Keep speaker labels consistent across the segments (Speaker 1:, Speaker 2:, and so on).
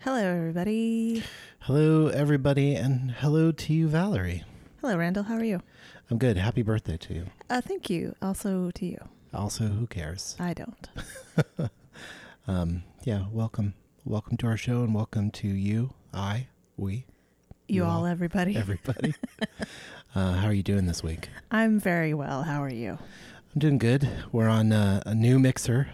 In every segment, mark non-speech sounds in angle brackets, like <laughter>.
Speaker 1: Hello, everybody.
Speaker 2: Hello, everybody, and hello to you, Valerie.
Speaker 1: Hello, Randall. How are you?
Speaker 2: I'm good. Happy birthday to you.
Speaker 1: Uh, thank you. Also to you.
Speaker 2: Also, who cares?
Speaker 1: I don't.
Speaker 2: Um, yeah, welcome. Welcome to our show, and welcome to you, I,
Speaker 1: <laughs>
Speaker 2: we,
Speaker 1: You
Speaker 2: You all.
Speaker 1: all, everybody.
Speaker 2: everybody. uh, how are you doing this week?
Speaker 1: I'm very well. How are you? Oh,
Speaker 2: I'm doing good. We're on uh, a new mixer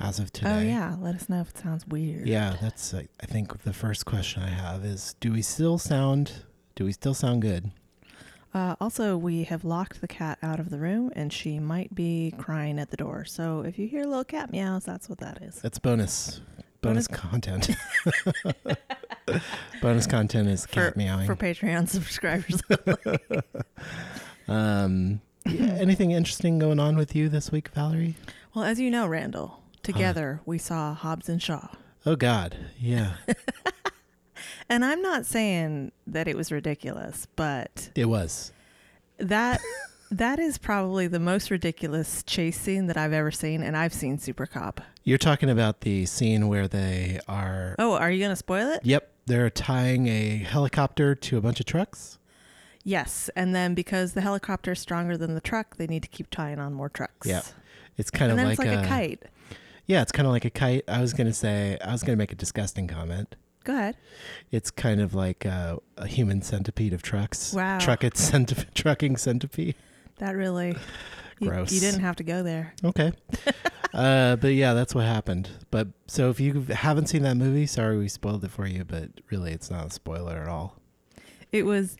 Speaker 2: as of today.
Speaker 1: Oh, yeah. Let us know if it sounds weird.
Speaker 2: Yeah, that's, uh, I think, the first question I have is do we still sound. Do we still sound good?
Speaker 1: Uh, also, we have locked the cat out of the room and she might be crying at the door. So if you hear little cat meows, that's what that is.
Speaker 2: That's bonus,
Speaker 1: <laughs>
Speaker 2: bonus, content. <laughs> bonus content is cat meowing.
Speaker 1: For Patreon <laughs> subscribers.
Speaker 2: Um, yeah, anything interesting going on with you this week, Valerie?
Speaker 1: well, as you know, Randall, together we saw Hobbs and Shaw.
Speaker 2: Oh God, yeah,
Speaker 1: And I'm not saying that it was ridiculous, but
Speaker 2: it was. <laughs>
Speaker 1: That that is probably the most ridiculous chase scene that I've ever seen, and I've seen Super Cop.
Speaker 2: You're talking about the scene where they are.
Speaker 1: Oh, are you gonna spoil it?
Speaker 2: Yep, they're tying a helicopter to a bunch of trucks.
Speaker 1: Yes. And then because the helicopter is stronger than the truck, they need to keep tying on more trucks.
Speaker 2: Yeah, it's
Speaker 1: And
Speaker 2: kind of
Speaker 1: then
Speaker 2: like,
Speaker 1: it's like a, kite.
Speaker 2: Yeah, it's kind of like a kite. I was gonna say I was gonna make a disgusting comment.
Speaker 1: Go ahead.
Speaker 2: It's kind of like uh, a human centipede of trucks.
Speaker 1: Wow.
Speaker 2: Truck it <laughs> centip- trucking centipede.
Speaker 1: That
Speaker 2: <sighs>
Speaker 1: really you,
Speaker 2: Gross.
Speaker 1: you didn't have to go there.
Speaker 2: Okay. <laughs> uh, but yeah, that's what happened. But so if you haven't seen that movie, sorry we spoiled it for you, but really it's not a spoiler at all.
Speaker 1: It was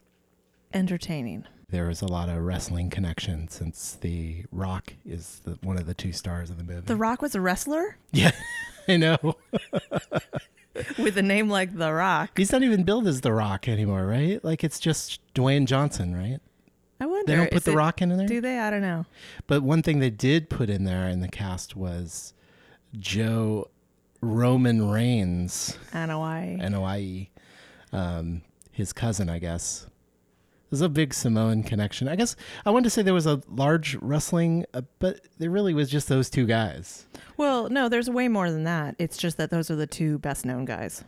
Speaker 1: entertaining.
Speaker 2: There was a lot of wrestling connection since The Rock is the, one of the two stars of the movie.
Speaker 1: The Rock was a wrestler <laughs>
Speaker 2: yeah, <laughs> I know.
Speaker 1: with a name like The Rock.
Speaker 2: He's not even billed as The Rock anymore, right? Like it's just Dwayne Johnson, right?
Speaker 1: I wonder.
Speaker 2: They don't
Speaker 1: is
Speaker 2: put The
Speaker 1: it-
Speaker 2: Rock in there.
Speaker 1: Do they? I don't know.
Speaker 2: But one thing they did put in there in the cast was Joe Roman Reigns.
Speaker 1: I don't know why.
Speaker 2: NOIE, um, his cousin, I guess. There's a big Samoan connection. I guess I wanted to say there was a large wrestling, uh, but there really was just those two guys.
Speaker 1: Well, no, there's way more than that. It's just that those are the two best known guys.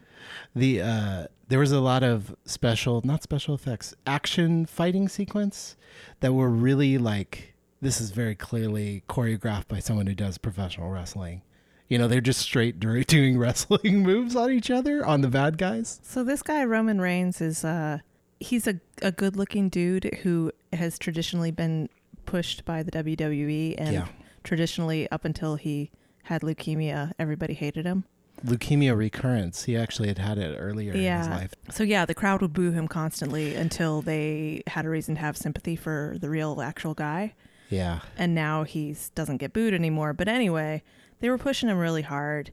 Speaker 2: The uh, there was a lot of special, not special effects, action fighting sequence that were really like this is very clearly choreographed by someone who does professional wrestling. You know, they're just straight <laughs> dur- doing wrestling <laughs> moves on each other on the bad guys.
Speaker 1: So this guy Roman Reigns is uh he's a a good-looking dude who has traditionally been pushed by the WWE and
Speaker 2: Yeah.
Speaker 1: traditionally up until he had leukemia, everybody hated him.
Speaker 2: Leukemia recurrence. He actually had had it earlier in his life.
Speaker 1: So yeah, the crowd would boo him constantly until they had a reason to have sympathy for the real actual guy.
Speaker 2: Yeah.
Speaker 1: and now he's doesn't get booed anymore. But anyway, they were pushing him really hard.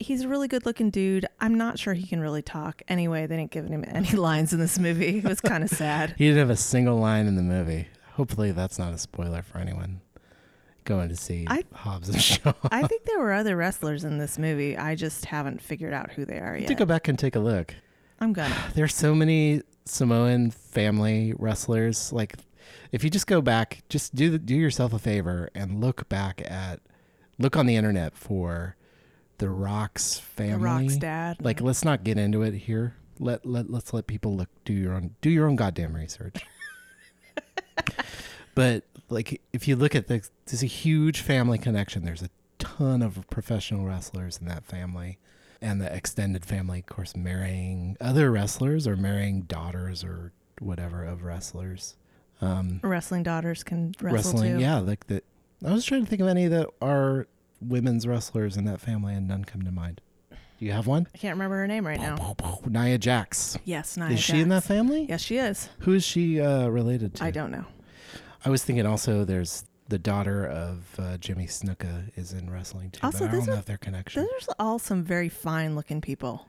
Speaker 1: He's a really good looking dude. I'm not sure he can really talk. Anyway, they didn't give him any <laughs> lines in this movie. It was kind of sad.
Speaker 2: He didn't have a single line in the movie. Hopefully, that's not a spoiler for anyone going to see
Speaker 1: I-
Speaker 2: Hobbs and <laughs> Shaw.
Speaker 1: I think there were other wrestlers in this movie. I just haven't figured out who they are
Speaker 2: To
Speaker 1: yet.
Speaker 2: go back and take a look,
Speaker 1: I'm gonna.
Speaker 2: there's so many Samoan family wrestlers. Like, if you just go back, just do do yourself a favor and look back at look on the internet for the Rock's
Speaker 1: The
Speaker 2: family.
Speaker 1: Rock's dad.
Speaker 2: Like, let's not get into it here. Let let let's let people look do your own do your own
Speaker 1: <laughs>
Speaker 2: goddamn research. but like, if you look at the there's a huge family connection. There's a ton of professional wrestlers in that family, and the extended family, of course, marrying other wrestlers or marrying daughters or whatever of wrestlers. Um,
Speaker 1: wrestling daughters can wrestle
Speaker 2: wrestling,
Speaker 1: too.
Speaker 2: yeah. Like that. I was trying to think of any that are women's wrestlers in that family, and none come to mind. Do you have one?
Speaker 1: I can't remember her name right now.
Speaker 2: Nia Jax.
Speaker 1: Yes, Nia.
Speaker 2: is she in that
Speaker 1: Jax.
Speaker 2: family?
Speaker 1: Yes, she is.
Speaker 2: Who is she uh, related to?
Speaker 1: I don't know.
Speaker 2: I was thinking also there's the daughter of uh, Jimmy Snuka is in wrestling too,
Speaker 1: Also,
Speaker 2: but I
Speaker 1: those
Speaker 2: don't know
Speaker 1: are-
Speaker 2: if their connection.
Speaker 1: There's all some very fine looking people.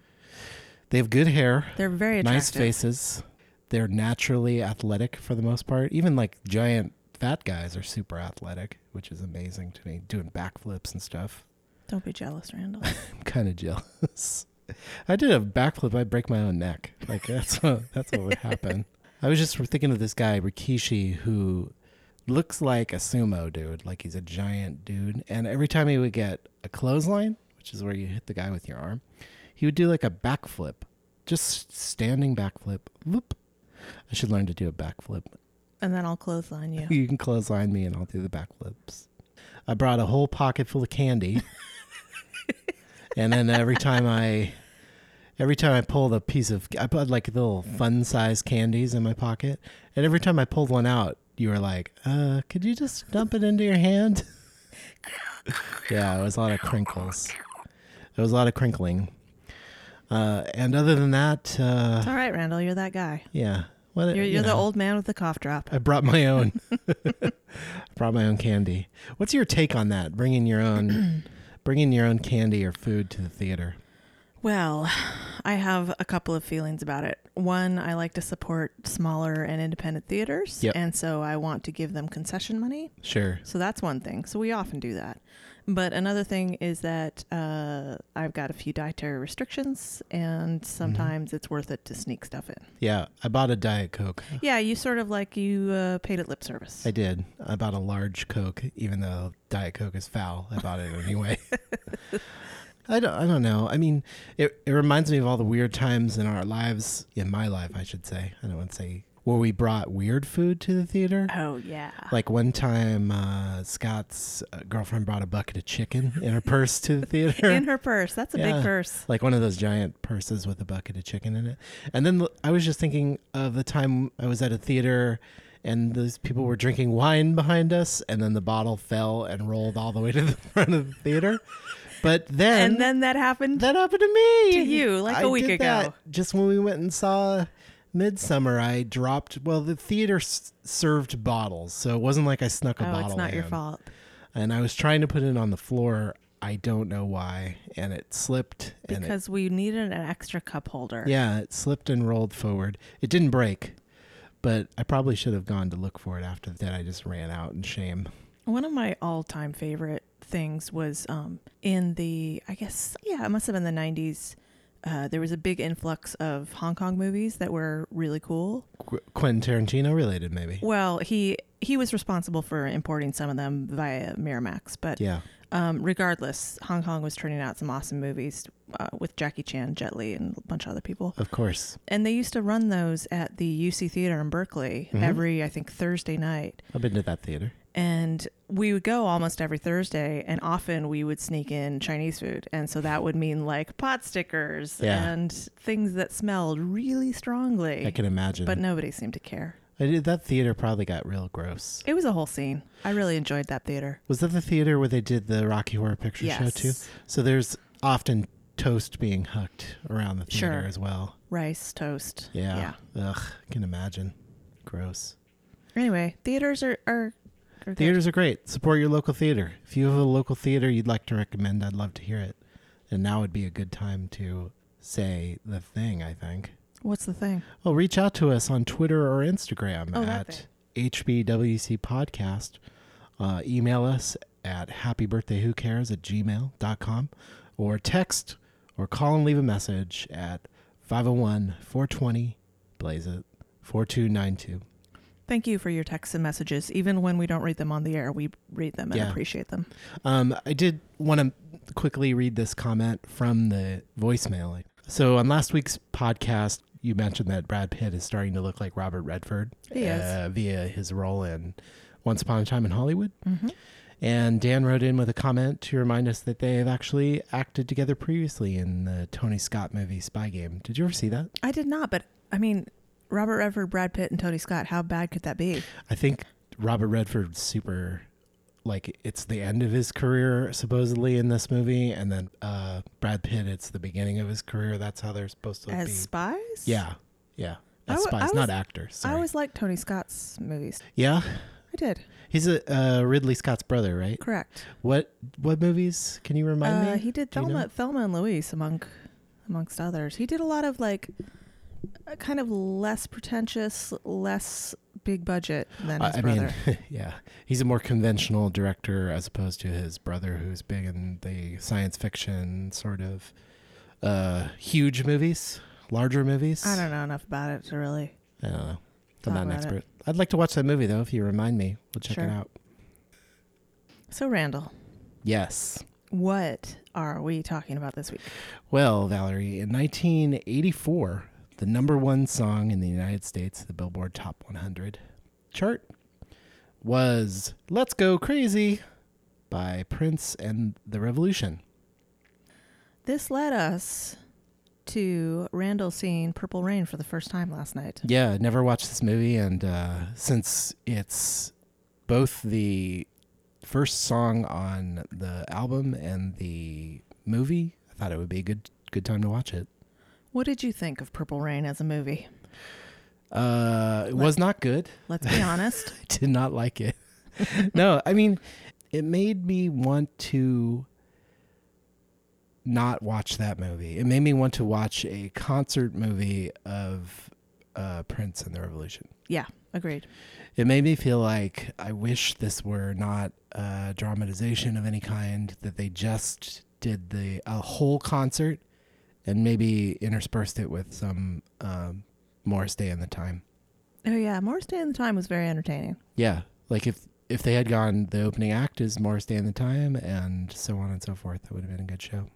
Speaker 2: They have good hair,
Speaker 1: They're very attractive.
Speaker 2: nice faces. They're naturally athletic for the most part. Even like giant fat guys are super athletic, which is amazing to me. Doing backflips and stuff.
Speaker 1: Don't be jealous, Randall.
Speaker 2: I'm kind of jealous. I did a backflip. I break my own neck. Like that's what, that's what would happen. I was just thinking of this guy Rikishi who looks like a sumo dude. Like he's a giant dude, and every time he would get a clothesline, which is where you hit the guy with your arm, He would do like a backflip, just standing backflip. Loop. I should learn to do a backflip.
Speaker 1: and then I'll clothesline you.
Speaker 2: <laughs> You can clothesline me and I'll do the backflips. I brought a whole pocket full of
Speaker 1: <laughs>
Speaker 2: candy. and then every time I every time I pulled a piece of I put like little fun size candies in my pocket. And every time I pulled one out, you were like, uh, could you just dump it into your hand? <laughs> yeah, it was a lot of crinkles. It was a lot of crinkling. Uh, and other than that, uh,
Speaker 1: It's all right, Randall. You're that guy.
Speaker 2: yeah. What,
Speaker 1: You're, you're
Speaker 2: Uh, you
Speaker 1: the
Speaker 2: know.
Speaker 1: old man with the cough drop.
Speaker 2: I brought my own. <laughs> I brought my own candy. What's your take on that? Bringing your own, <clears throat> bringing your own candy or food to the theater.
Speaker 1: Well, <sighs> I have a couple of feelings about it. One, I like to support smaller and independent theaters,
Speaker 2: Yep.
Speaker 1: and so I want to give them concession money.
Speaker 2: Sure.
Speaker 1: So that's one thing. So we often do that. But another thing is that uh, I've got a few dietary restrictions,
Speaker 2: Mm-hmm.
Speaker 1: and sometimes it's worth it to sneak stuff in.
Speaker 2: Yeah, I bought a diet coke.
Speaker 1: Yeah, you sort of like you uh, paid it lip service.
Speaker 2: I did. I bought a large coke, even though diet coke is foul. I bought it anyway. I don't. I don't know. I mean, it it reminds me of all the weird times in our lives, in my life, I should say. I don't want to say where we brought weird food to the theater.
Speaker 1: oh yeah.
Speaker 2: Like one time, uh, Scott's uh, girlfriend brought a bucket of chicken in her purse
Speaker 1: <laughs>
Speaker 2: to the theater.
Speaker 1: in her purse. That's a
Speaker 2: Yeah.
Speaker 1: big purse.
Speaker 2: <laughs> like one of those giant purses with a bucket of chicken in it. And then l- I was just thinking of the time I was at a theater and those people were drinking wine behind us, and then the bottle fell and rolled all the way to the <laughs> front of the theater. But then,
Speaker 1: And, then that happened.
Speaker 2: that happened to me.
Speaker 1: To you, like
Speaker 2: a
Speaker 1: a week ago.
Speaker 2: just when we went and saw Midsummer, I dropped. Well, the theater s- served bottles, so it wasn't like I snuck a
Speaker 1: oh,
Speaker 2: bottle.
Speaker 1: it's not your
Speaker 2: in.
Speaker 1: fault.
Speaker 2: And I was trying to put it on the floor. I don't know why, and it slipped. and it,
Speaker 1: Because we needed an extra cup holder.
Speaker 2: yeah, it slipped and rolled forward. It didn't break, but I probably should have gone to look for it after that. I just ran out in shame.
Speaker 1: One of my all time favorite things was um, in the, I guess, yeah, it must have been the 90s. Uh, there was a big influx of Hong Kong movies that were really cool.
Speaker 2: Qu- Quentin Tarantino related, maybe.
Speaker 1: Well, he he was responsible for importing some of them via Miramax, but
Speaker 2: Yeah.
Speaker 1: um, regardless, Hong Kong was turning out some awesome movies uh, with Jackie Chan, Jet Li, and a bunch of other people.
Speaker 2: Of course.
Speaker 1: And they used to run those at the UC Theater in Berkeley every, I think, Thursday night.
Speaker 2: I've been to that theater.
Speaker 1: And we would go almost every Thursday, and often we would sneak in Chinese food. And so that would mean like pot stickers
Speaker 2: Yeah.
Speaker 1: and things that smelled really strongly.
Speaker 2: I can imagine.
Speaker 1: but nobody seemed to care.
Speaker 2: I did, that theater probably got real gross.
Speaker 1: It was a whole scene. I really enjoyed that theater.
Speaker 2: Was that the theater where they did the Rocky Horror Picture Show too?
Speaker 1: Yes.
Speaker 2: So there's often toast being hucked around the theater
Speaker 1: Sure.
Speaker 2: as well.
Speaker 1: Rice, toast.
Speaker 2: Yeah. Ugh, can imagine. Gross.
Speaker 1: Anyway, theaters are. are, are good.
Speaker 2: Theaters are great. Support your local theater. If you have a local theater you'd like to recommend, I'd love to hear it. And now would be a good time to say the thing, I think.
Speaker 1: What's the thing?
Speaker 2: Well, reach out to us on Twitter or Instagram
Speaker 1: Oh, that
Speaker 2: at HBWC Podcast. Uh, email us at happybirthdayWhoCares at gmail.com or text or call and leave a message at 501 420 Blaze It 4292.
Speaker 1: Thank you for your texts and messages. Even when we don't read them on the air, we read them and
Speaker 2: Yeah.
Speaker 1: appreciate them.
Speaker 2: Um, I did want to quickly read this comment from the voicemail. So on last week's podcast, you mentioned that Brad Pitt is starting to look like Robert Redford
Speaker 1: He is.
Speaker 2: uh, via his role in Once Upon a Time in Hollywood.
Speaker 1: Mm-hmm.
Speaker 2: And Dan wrote in with a comment to remind us that they have actually acted together previously in the Tony Scott movie Spy Game. Did you ever see that?
Speaker 1: I did not, but I mean, Robert Redford, Brad Pitt, and Tony Scott. How bad could that be?
Speaker 2: I think Robert Redford's super like it's the end of his career supposedly in this movie and then uh Brad Pitt it's the beginning of his career that's how they're supposed to
Speaker 1: As
Speaker 2: be.
Speaker 1: spies?
Speaker 2: Yeah. Yeah.
Speaker 1: I
Speaker 2: As
Speaker 1: wa-
Speaker 2: spies,
Speaker 1: I
Speaker 2: not
Speaker 1: was-
Speaker 2: actors.
Speaker 1: I
Speaker 2: Sorry.
Speaker 1: always liked Tony Scott's movies.
Speaker 2: yeah.
Speaker 1: I did.
Speaker 2: He's a uh, Ridley Scott's brother, right?
Speaker 1: Correct.
Speaker 2: What what movies can you remind
Speaker 1: Uh,
Speaker 2: me?
Speaker 1: he did
Speaker 2: Do you know?
Speaker 1: Thelma, Thelma and Louise, among, amongst others. He did a lot of like uh, kind of less pretentious, less big budget than
Speaker 2: I
Speaker 1: his
Speaker 2: I
Speaker 1: brother.
Speaker 2: mean, <laughs> yeah, he's a more conventional director as opposed to his brother, who's big in the science fiction sort of uh, huge movies, larger movies.
Speaker 1: I don't know enough about it to really.
Speaker 2: I don't know. Uh, I'm
Speaker 1: Talk
Speaker 2: not an
Speaker 1: about it.
Speaker 2: expert. I'd like to watch that movie though. If you remind me, we'll check
Speaker 1: Sure.
Speaker 2: it out.
Speaker 1: So, Randall,
Speaker 2: Yes.
Speaker 1: what are we talking about this week?
Speaker 2: Well, Valerie, in 1984, the number one song in the United States, the Billboard Top 100 chart, was Let's Go Crazy by Prince and the Revolution.
Speaker 1: This led us to Randall seeing Purple Rain for the first time last night.
Speaker 2: Yeah, I'd never watched this movie, and uh, since it's both the first song on the album and the movie, I thought it would be a good good time to watch it.
Speaker 1: What did you think of Purple Rain as a movie?
Speaker 2: Uh, it was not good. <laughs>
Speaker 1: Let's be honest.
Speaker 2: I did not like it. <laughs> no, I mean, it made me want to not watch that movie. It made me want to watch a concert movie of uh, Prince and the Revolution.
Speaker 1: Yeah, agreed.
Speaker 2: It made me feel like I wish this were not a dramatization of any kind. That they just did the a whole concert and maybe interspersed it with some um, Morris Day and the Time.
Speaker 1: Oh yeah, Morris Day and the Time was very entertaining.
Speaker 2: Yeah, like if if they had gone the opening act is Morris Day and the Time and so on and so forth, that would have been a good show.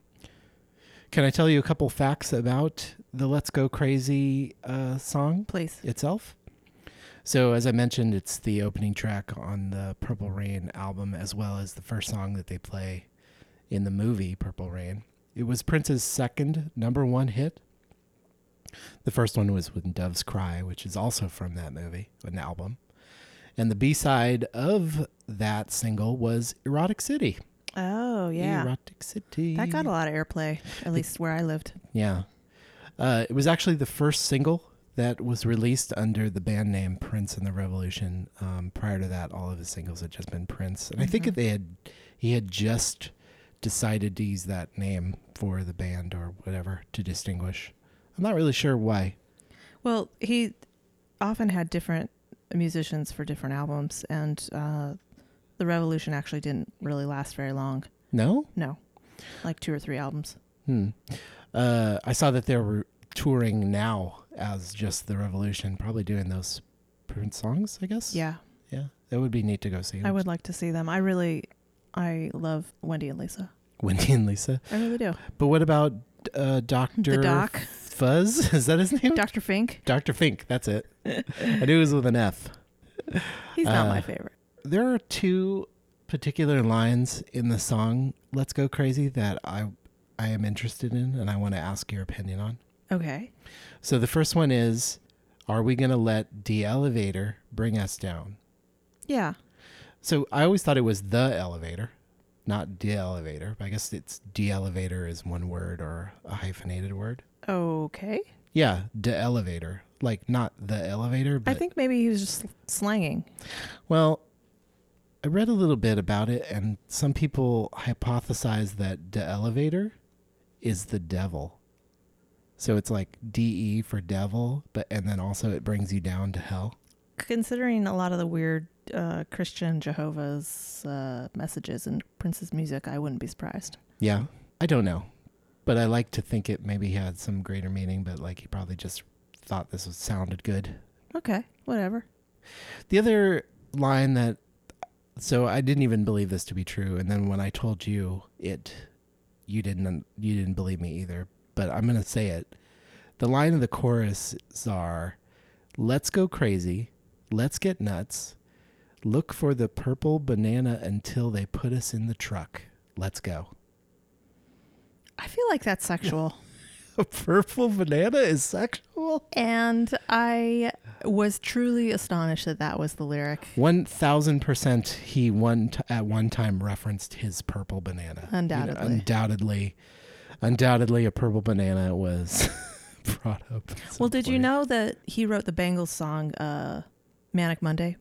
Speaker 2: Can I tell you a couple facts about the Let's Go Crazy uh, song
Speaker 1: Please.
Speaker 2: itself? So, as I mentioned, it's the opening track on the Purple Rain album, as well as the first song that they play in the movie Purple Rain. It was Prince's second number one hit. The first one was When Doves Cry, which is also from that movie, an album. And the B side of that single was Erotic City.
Speaker 1: Oh yeah.
Speaker 2: Erotic City.
Speaker 1: That got a lot of airplay, at least where I lived.
Speaker 2: Yeah. Uh, it was actually the first single that was released under the band name Prince and the Revolution. Um, prior to that, all of his singles had just been Prince, and I
Speaker 1: Mm-hmm.
Speaker 2: think they had he had just decided to use that name for the band or whatever to distinguish. I'm not really sure why.
Speaker 1: Well, he often had different musicians for different albums, and uh, the Revolution actually didn't really last very long.
Speaker 2: No.
Speaker 1: No, like two or three albums.
Speaker 2: Hmm. Uh, I saw that they were touring now as just the Revolution, probably doing those Prince songs. I guess.
Speaker 1: Yeah,
Speaker 2: Yeah. That would be neat to go see.
Speaker 1: I would like to see them. I really, I love Wendy and Lisa.
Speaker 2: Wendy and Lisa.
Speaker 1: I really <laughs> do.
Speaker 2: But what about uh, Doctor
Speaker 1: doc.
Speaker 2: Fuzz? <laughs> Is that his name?
Speaker 1: Dr. Fink,
Speaker 2: Doctor Fink. That's it. I knew it was with an F.
Speaker 1: he's not
Speaker 2: Uh,
Speaker 1: my favorite.
Speaker 2: There are two particular lines in the song "Let's Go Crazy" that I I am interested in, and I want to ask your opinion on.
Speaker 1: Okay.
Speaker 2: So the first one is, "Are we gonna let the elevator bring us down?"
Speaker 1: Yeah.
Speaker 2: So I always thought it was the elevator, not de elevator. But I guess it's de elevator is one word or a hyphenated word.
Speaker 1: Okay.
Speaker 2: Yeah, de elevator. Like not the elevator, but
Speaker 1: I think maybe he was just slanging.
Speaker 2: well, I read a little bit about it and some people hypothesize that de elevator is the devil. So it's like DE for devil, but and then also it brings you down to hell.
Speaker 1: Considering a lot of the weird uh, Christian Jehovah's uh, messages in Prince's music, I wouldn't be surprised.
Speaker 2: Yeah. I don't know. But I like to think it maybe had some greater meaning, but like he probably just thought this was sounded good.
Speaker 1: Okay. Whatever.
Speaker 2: The other line that so I didn't even believe this to be true, and then when I told you it, you didn't you didn't believe me either. But I'm gonna say it. The line of the chorus are, "Let's go crazy, let's get nuts, look for the purple banana until they put us in the truck. Let's go." <laughs>
Speaker 1: I feel like that's sexual.
Speaker 2: A purple banana is sexual.
Speaker 1: <laughs> and I was truly astonished that that was the lyric.
Speaker 2: One thousand percent, he one t- at one time referenced his purple banana. You know,
Speaker 1: Undoubtedly.
Speaker 2: undoubtedly, undoubtedly, a purple banana was <laughs> brought up. at some
Speaker 1: Well, did you
Speaker 2: point.
Speaker 1: know that he wrote the Bangles song uh, Manic Monday?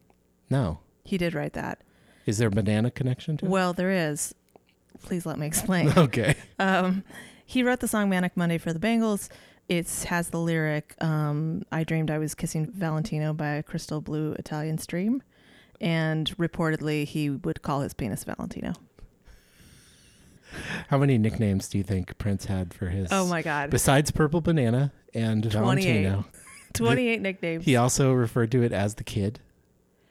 Speaker 2: No,
Speaker 1: He did write that.
Speaker 2: is there a banana connection to? it?
Speaker 1: Well, there is. Please let me explain.
Speaker 2: <laughs> okay,
Speaker 1: um, he wrote the song Manic Monday for the Bangles. It has the lyric, um, I dreamed I was kissing Valentino by a crystal blue Italian stream. And reportedly, he would call his penis Valentino.
Speaker 2: how many nicknames do you think Prince had for his?
Speaker 1: Oh my God.
Speaker 2: Besides purple banana and
Speaker 1: 28.
Speaker 2: Valentino,
Speaker 1: 28 nicknames.
Speaker 2: he also referred to it as the kid.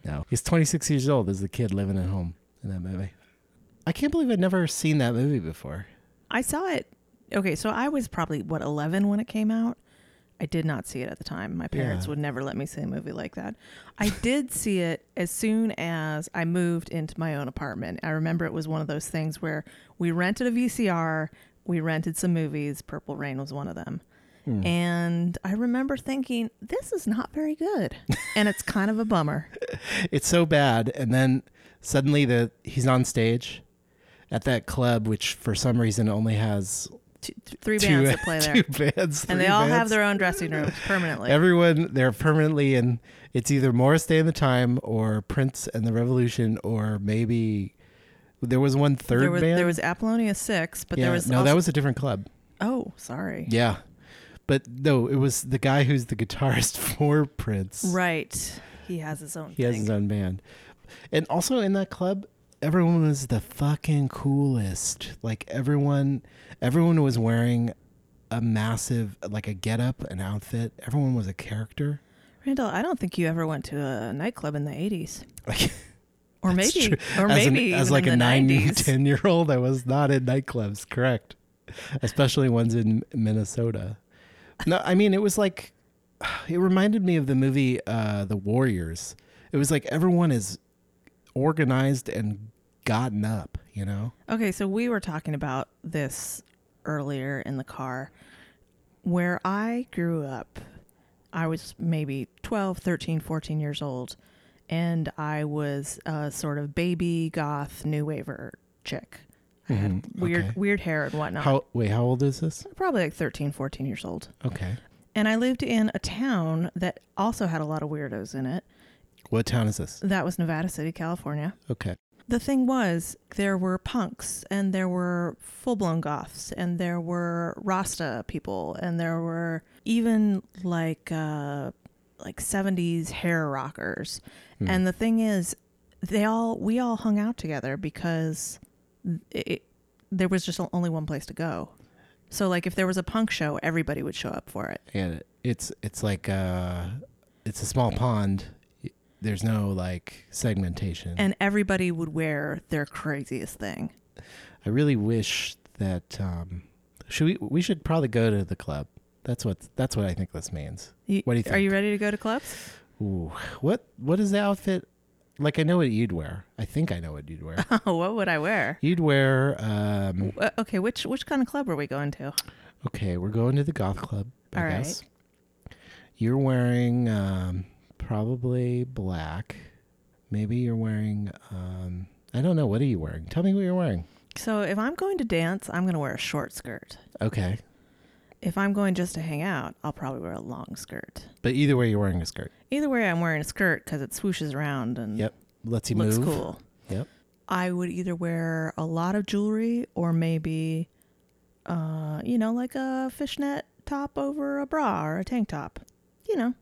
Speaker 2: No, he's twenty six years old. As the kid living at home in that movie. I can't believe I'd never seen that movie before.
Speaker 1: I saw it. Okay, so I was probably what eleven when it came out. I did not see it at the time. My parents
Speaker 2: Yeah.
Speaker 1: would never let me see a movie like that. I did see it as soon as I moved into my own apartment. I remember it was one of those things where we rented a VCR, we rented some movies. Purple Rain was one of them.
Speaker 2: Hmm.
Speaker 1: And I remember thinking, this is not very good. and it's kind of a
Speaker 2: <laughs>
Speaker 1: bummer.
Speaker 2: It's so bad, and then suddenly the he's on stage at that club, which for some reason only has
Speaker 1: Two, th- three
Speaker 2: two,
Speaker 1: bands
Speaker 2: <laughs>
Speaker 1: that play there.
Speaker 2: two bands,
Speaker 1: and they
Speaker 2: three
Speaker 1: all have
Speaker 2: bands.
Speaker 1: their own dressing rooms permanently.
Speaker 2: Everyone, they're permanently in. It's either Morris Day and the Time, or Prince and the Revolution, or maybe there was one third
Speaker 1: there, was,
Speaker 2: band.
Speaker 1: there was Apollonia 6, but
Speaker 2: yeah,
Speaker 1: there was.
Speaker 2: no, that
Speaker 1: also-
Speaker 2: was a different club.
Speaker 1: Oh, sorry.
Speaker 2: Yeah, but no, it was the guy who's the guitarist <laughs> for Prince.
Speaker 1: Right. He has his own
Speaker 2: He has
Speaker 1: thing.
Speaker 2: his own band, and also in that club, everyone was the fucking coolest. Like everyone, everyone was wearing a massive like a getup, an outfit. Everyone was a character.
Speaker 1: Randall, I don't think you ever went to a nightclub in the 80s.
Speaker 2: Like. <laughs>
Speaker 1: Or
Speaker 2: That's
Speaker 1: maybe.
Speaker 2: true.
Speaker 1: Or
Speaker 2: as an-
Speaker 1: maybe.
Speaker 2: as
Speaker 1: even
Speaker 2: like
Speaker 1: in
Speaker 2: a
Speaker 1: the
Speaker 2: nine, <laughs>
Speaker 1: 90s.
Speaker 2: ten year old, I was not in nightclubs. Correct, especially ones in Minnesota. No, I mean it was like it reminded me of the movie uh, The Warriors. It was like everyone is organized and gotten up. You know,
Speaker 1: Okay, so we were talking about this earlier in the car. Where I grew up, I was maybe 12, 13, 14 years old, and I was a sort of baby goth new waver chick. I had
Speaker 2: Mhm,
Speaker 1: weird
Speaker 2: okay.
Speaker 1: weird hair and whatnot.
Speaker 2: how wait? How old is this?
Speaker 1: Probably like 13, 14 years old.
Speaker 2: Okay,
Speaker 1: And I lived in a town that also had a lot of weirdos in it.
Speaker 2: what town is this?
Speaker 1: That was Nevada City, California.
Speaker 2: Okay,
Speaker 1: The thing was, there were punks and there were full blown goths and there were Rasta people and there were even like uh, like seventies hair rockers.
Speaker 2: Mm. Hmm.
Speaker 1: And the thing is, they all we all hung out together because it, there was just only one place to go. So like, if there was a punk show, everybody would show up for it.
Speaker 2: and it's it's like uh, it's a small pond. There's no like segmentation.
Speaker 1: and everybody would wear their craziest thing.
Speaker 2: I really wish that um, should we we should probably go to the club. That's what that's what I think this means. What do you
Speaker 1: Are
Speaker 2: think?
Speaker 1: you ready to go to clubs? <laughs>
Speaker 2: Ooh, what what is the outfit? Like I know what you'd wear. I think I know what you'd
Speaker 1: <laughs>
Speaker 2: wear.
Speaker 1: Oh, what would I wear?
Speaker 2: you'd wear um,
Speaker 1: Uh, okay, which which kind of club are we going to?
Speaker 2: okay. We're going to the goth club. I
Speaker 1: All right.
Speaker 2: guess. You're wearing um, probably black. Maybe you're wearing um, I don't know. What are you wearing? Tell me what you're wearing.
Speaker 1: So if I'm going to dance, I'm going to wear a short skirt.
Speaker 2: Okay,
Speaker 1: If I'm going just to hang out, I'll probably wear a long skirt.
Speaker 2: but either way, you're wearing a skirt.
Speaker 1: Either way, I'm wearing a skirt because it swooshes around and
Speaker 2: Yep, lets you
Speaker 1: looks
Speaker 2: move.
Speaker 1: cool.
Speaker 2: Yep.
Speaker 1: I would either wear a lot of jewelry or maybe, uh, you know, like a fishnet top over a bra or a tank top. You know,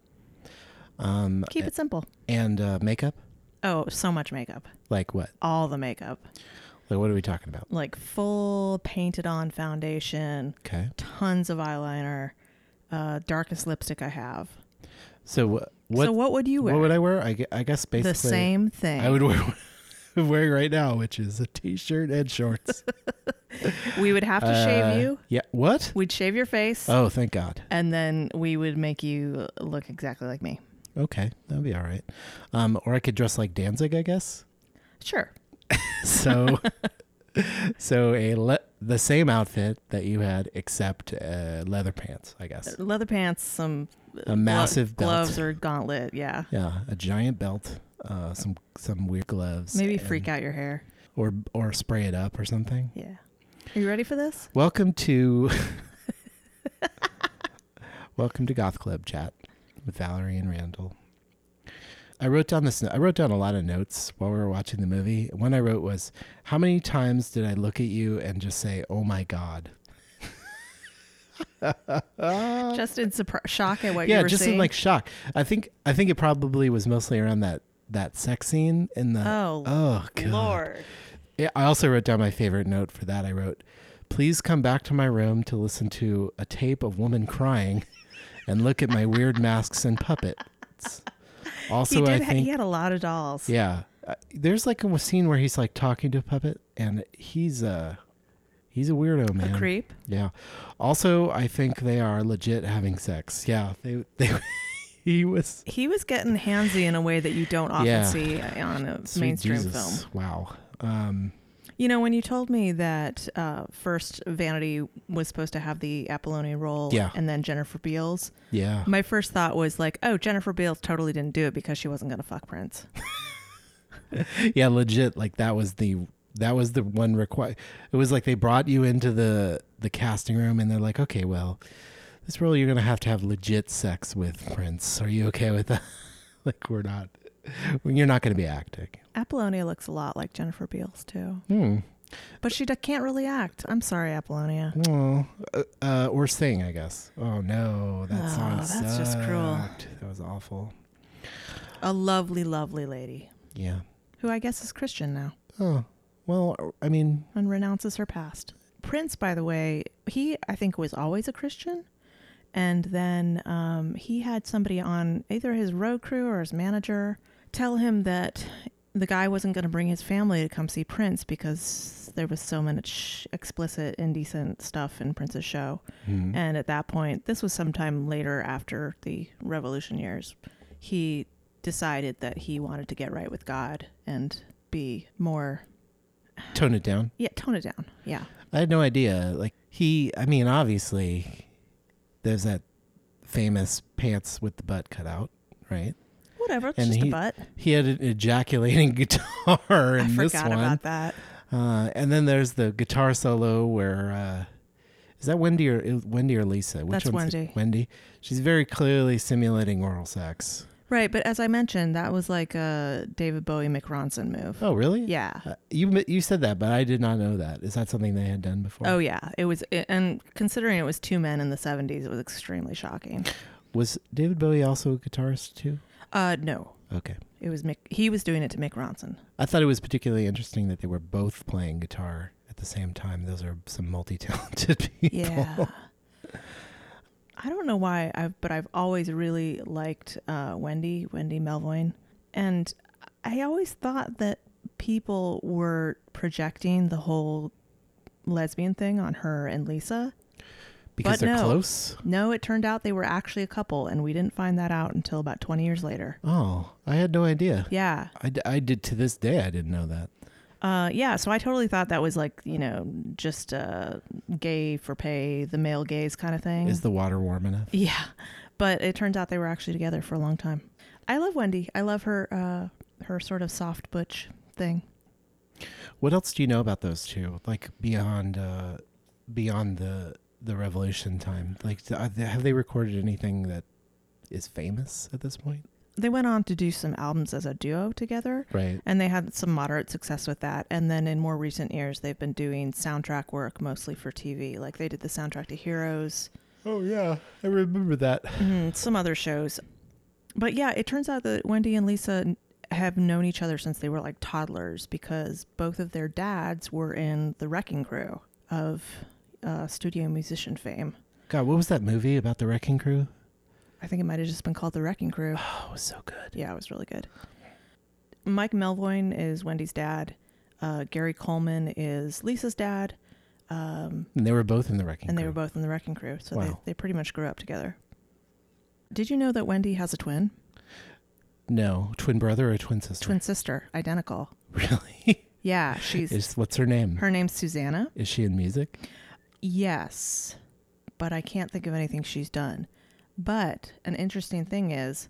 Speaker 2: Um,
Speaker 1: keep it simple.
Speaker 2: and uh, makeup.
Speaker 1: Oh, so much makeup.
Speaker 2: Like what?
Speaker 1: all the makeup,
Speaker 2: Like what are we talking about?
Speaker 1: like full painted on foundation,
Speaker 2: Okay.
Speaker 1: tons of eyeliner, uh, darkest lipstick I have.
Speaker 2: So wh- what?
Speaker 1: so what would you wear?
Speaker 2: what would I wear? I, gue- I guess basically
Speaker 1: the same thing.
Speaker 2: I would wear <laughs> what I'm wearing right now, which is a t-shirt and shorts.
Speaker 1: we would have to
Speaker 2: Uh,
Speaker 1: shave you.
Speaker 2: Yeah. What?
Speaker 1: We'd shave your face,
Speaker 2: Oh, thank God.
Speaker 1: and then we would make you look exactly like me.
Speaker 2: Okay, that'll be all right. Um, or I could dress like Danzig, I guess.
Speaker 1: Sure.
Speaker 2: So, <laughs> so a le- the same outfit that you had, except uh, leather pants, I guess.
Speaker 1: Leather pants, some
Speaker 2: A massive belt.
Speaker 1: gloves or gauntlet. Yeah.
Speaker 2: Yeah, a giant belt, uh, some some weird gloves.
Speaker 1: Maybe
Speaker 2: and-
Speaker 1: freak out your hair.
Speaker 2: or or spray it up or something.
Speaker 1: Yeah. Are you ready for this?
Speaker 2: Welcome to <laughs> Welcome to Goth Club chat with Valerie and Randall. I wrote down this I wrote down a lot of notes while we were watching the movie. One I wrote was how many times did I look at you and just say, "Oh my god." Um,
Speaker 1: Just in surpri- shock at what you
Speaker 2: yeah,
Speaker 1: were
Speaker 2: just
Speaker 1: seeing.
Speaker 2: in like shock. I think I think it probably was mostly around that that sex scene in the
Speaker 1: Oh,
Speaker 2: god.
Speaker 1: Lord.
Speaker 2: Yeah, I also wrote down my favorite note for that. I wrote, "Please come back to my room to listen to a tape of woman crying, <laughs> and look at my weird masks and puppets."
Speaker 1: <laughs>
Speaker 2: Also,
Speaker 1: he
Speaker 2: I
Speaker 1: did. ha-
Speaker 2: think,
Speaker 1: he had a lot of dolls.
Speaker 2: yeah, uh, there's like a scene where he's like talking to a puppet, and he's uh He's a weirdo, man.
Speaker 1: A creep.
Speaker 2: Yeah. Also, I think they are legit having sex. Yeah. They <laughs> they he was
Speaker 1: He was getting handsy in a way that you don't often
Speaker 2: Yeah.
Speaker 1: see uh, on a
Speaker 2: Sweet
Speaker 1: mainstream film.
Speaker 2: Jesus. Wow. Um
Speaker 1: You know, when you told me that uh, first Vanity was supposed to have the Apollonia role
Speaker 2: Yeah.
Speaker 1: and then Jennifer Beals,
Speaker 2: yeah.
Speaker 1: my first thought was like, oh, Jennifer Beals totally didn't do it because she wasn't going to fuck Prince.
Speaker 2: Yeah, legit like that was the that was the one require it was like they brought you into the the casting room and they're like, "Okay, well, this role you're going to have to have legit sex with Prince. Are you okay with that?" <laughs> like we're not you're not going to be acting.
Speaker 1: Apollonia looks a lot like Jennifer Beals, too.
Speaker 2: Hmm.
Speaker 1: But she d- can't really act. I'm sorry, Apollonia.
Speaker 2: Oh, uh, uh, or sing, I guess. Oh no, that
Speaker 1: Oh,
Speaker 2: song
Speaker 1: that's just cruel.
Speaker 2: sucked. That was awful.
Speaker 1: A lovely, lovely lady
Speaker 2: Yeah.
Speaker 1: who I guess is Christian now
Speaker 2: Oh well, I mean,
Speaker 1: and renounces her past. Prince, by the way, he, I think, was always a Christian. And then um, he had somebody on either his road crew or his manager tell him that the guy wasn't going to bring his family to come see Prince because there was so much explicit, indecent stuff in Prince's show.
Speaker 2: hmm.
Speaker 1: And at that point, this was sometime later after the revolution years, he decided that he wanted to get right with God and be more,
Speaker 2: tone it down.
Speaker 1: yeah, tone it down. Yeah.
Speaker 2: I had no idea. Like he, I mean, obviously, there's that famous pants with the butt cut out, right?
Speaker 1: Whatever. It's
Speaker 2: And
Speaker 1: just
Speaker 2: he-
Speaker 1: a butt.
Speaker 2: He had an ejaculating <laughs> guitar in
Speaker 1: I
Speaker 2: this
Speaker 1: forgot
Speaker 2: one,
Speaker 1: about that.
Speaker 2: Uh, and then there's the guitar solo where. Uh, is that Wendy or Wendy or Lisa? Which
Speaker 1: That's
Speaker 2: one's the-
Speaker 1: Wendy.
Speaker 2: Wendy. She's very clearly simulating oral sex.
Speaker 1: Right. But as I mentioned, that was like a David Bowie McRonson move.
Speaker 2: Oh, really?
Speaker 1: Yeah.
Speaker 2: Uh, you you said that, but I did not know that. Is that something they had done before?
Speaker 1: Oh, yeah. It was, and considering it was two men in the 70s, it was extremely shocking.
Speaker 2: was David Bowie also a guitarist too?
Speaker 1: Uh, no.
Speaker 2: Okay,
Speaker 1: It was Mick. He was doing it to Mick Ronson.
Speaker 2: I thought it was particularly interesting that they were both playing guitar at the same time. Those are some multi-talented people.
Speaker 1: Yeah. I don't know why I've but I've always really liked uh, Wendy, Wendy Melvoin. And I always thought that people were projecting the whole lesbian thing on her and Lisa.
Speaker 2: <laughs> because
Speaker 1: But
Speaker 2: they're
Speaker 1: no.
Speaker 2: close.
Speaker 1: No, it turned out they were actually a couple and we didn't find that out until about 20 years later.
Speaker 2: Oh, I had no idea.
Speaker 1: Yeah.
Speaker 2: I, d- I did to this day. I didn't know that.
Speaker 1: Uh, yeah, so I totally thought that was like, you know, just uh, gay for pay, the male gaze kind of thing.
Speaker 2: Is the water warm enough?
Speaker 1: Yeah, but it turns out they were actually together for a long time. I love Wendy. I love her uh, her sort of soft butch thing.
Speaker 2: What else do you know about those two? Like beyond uh, beyond the the revolution time. Like th- are they- have they recorded anything that is famous at this point?
Speaker 1: They went on to do some albums as a duo together,
Speaker 2: Right.
Speaker 1: and they had some moderate success with that. And then in more recent years, they've been doing soundtrack work mostly for TV. Like they did the soundtrack to Heroes,
Speaker 2: Oh yeah, I remember that.
Speaker 1: mhm, some other shows. But yeah, it turns out that Wendy and Lisa n- have known each other since they were like toddlers because both of their dads were in the Wrecking Crew of uh, studio musician fame.
Speaker 2: God, what was that movie about the wrecking crew?
Speaker 1: I think it might have just been called The Wrecking
Speaker 2: <sighs>
Speaker 1: Crew.
Speaker 2: Oh, it was so good.
Speaker 1: Yeah, it was really good. Mike Melvoin is Wendy's dad. Uh, Gary Coleman is Lisa's dad. Um,
Speaker 2: And they were both in the wrecking
Speaker 1: and
Speaker 2: crew.
Speaker 1: they were both in the Wrecking Crew. So they,
Speaker 2: Wow.
Speaker 1: they pretty much grew up together. Did you know that Wendy has a twin?
Speaker 2: no twin brother or twin sister.
Speaker 1: Twin sister, identical.
Speaker 2: <laughs> Really? <laughs>
Speaker 1: Yeah, she's.
Speaker 2: is what's her name?
Speaker 1: her name's Susanna.
Speaker 2: is she in music?
Speaker 1: Yes, but I can't think of anything she's done. But an interesting thing is,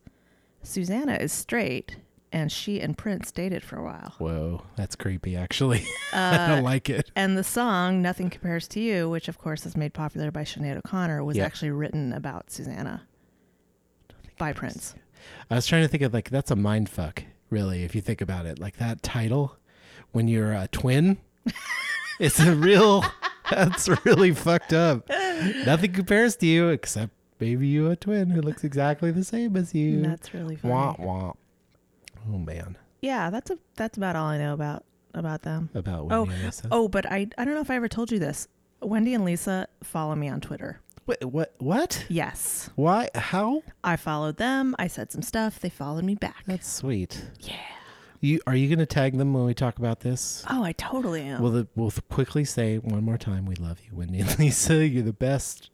Speaker 1: Susanna is straight, and she and Prince dated for a while.
Speaker 2: Whoa, that's creepy. Actually, <laughs>
Speaker 1: Uh,
Speaker 2: I don't like it.
Speaker 1: And the song Nothing Compares to You, which of course is made popular by Sinead O'Connor, was
Speaker 2: Yeah.
Speaker 1: actually written about Susanna by Prince.
Speaker 2: I was trying to think of like that's a mind fuck, really, if you think about it. Like that title, when you're a
Speaker 1: <laughs>
Speaker 2: twin, it's a real. That's really fucked up. Nothing compares to you except maybe you a twin who looks exactly the same as you.
Speaker 1: And that's really funny.
Speaker 2: wah wah. Oh man,
Speaker 1: Yeah, that's a that's about all I know about about them.
Speaker 2: about
Speaker 1: Oh,
Speaker 2: Wendy and Lisa.
Speaker 1: Oh, but I I don't know if I ever told you this. Wendy and Lisa follow me on Twitter.
Speaker 2: Wait, what? What?
Speaker 1: Yes.
Speaker 2: Why? How?
Speaker 1: I followed them. I said some stuff. They followed me back.
Speaker 2: That's sweet.
Speaker 1: yeah.
Speaker 2: You are you going to tag them when we talk about this?
Speaker 1: Oh, I totally am.
Speaker 2: We'll, we'll quickly say one more time, we love you, Wendy and <laughs> Lisa. You're the best.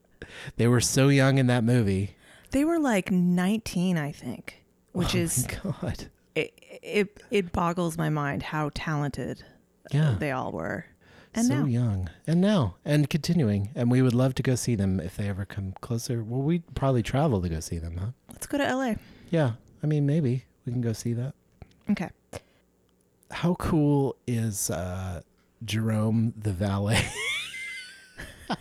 Speaker 2: They were so young in that movie.
Speaker 1: they were like 19, I think, which
Speaker 2: Oh my
Speaker 1: is uh,
Speaker 2: God.
Speaker 1: it, it. It boggles my mind how talented
Speaker 2: Yeah.
Speaker 1: they all were. And
Speaker 2: so
Speaker 1: now,
Speaker 2: young. And now. And continuing. And we would love to go see them if they ever come closer. Well, we'd probably travel to go see them, huh?
Speaker 1: let's go to LA.
Speaker 2: Yeah. I mean, maybe we can go see that.
Speaker 1: Okay.
Speaker 2: How cool is uh, Jerome the valet? <laughs>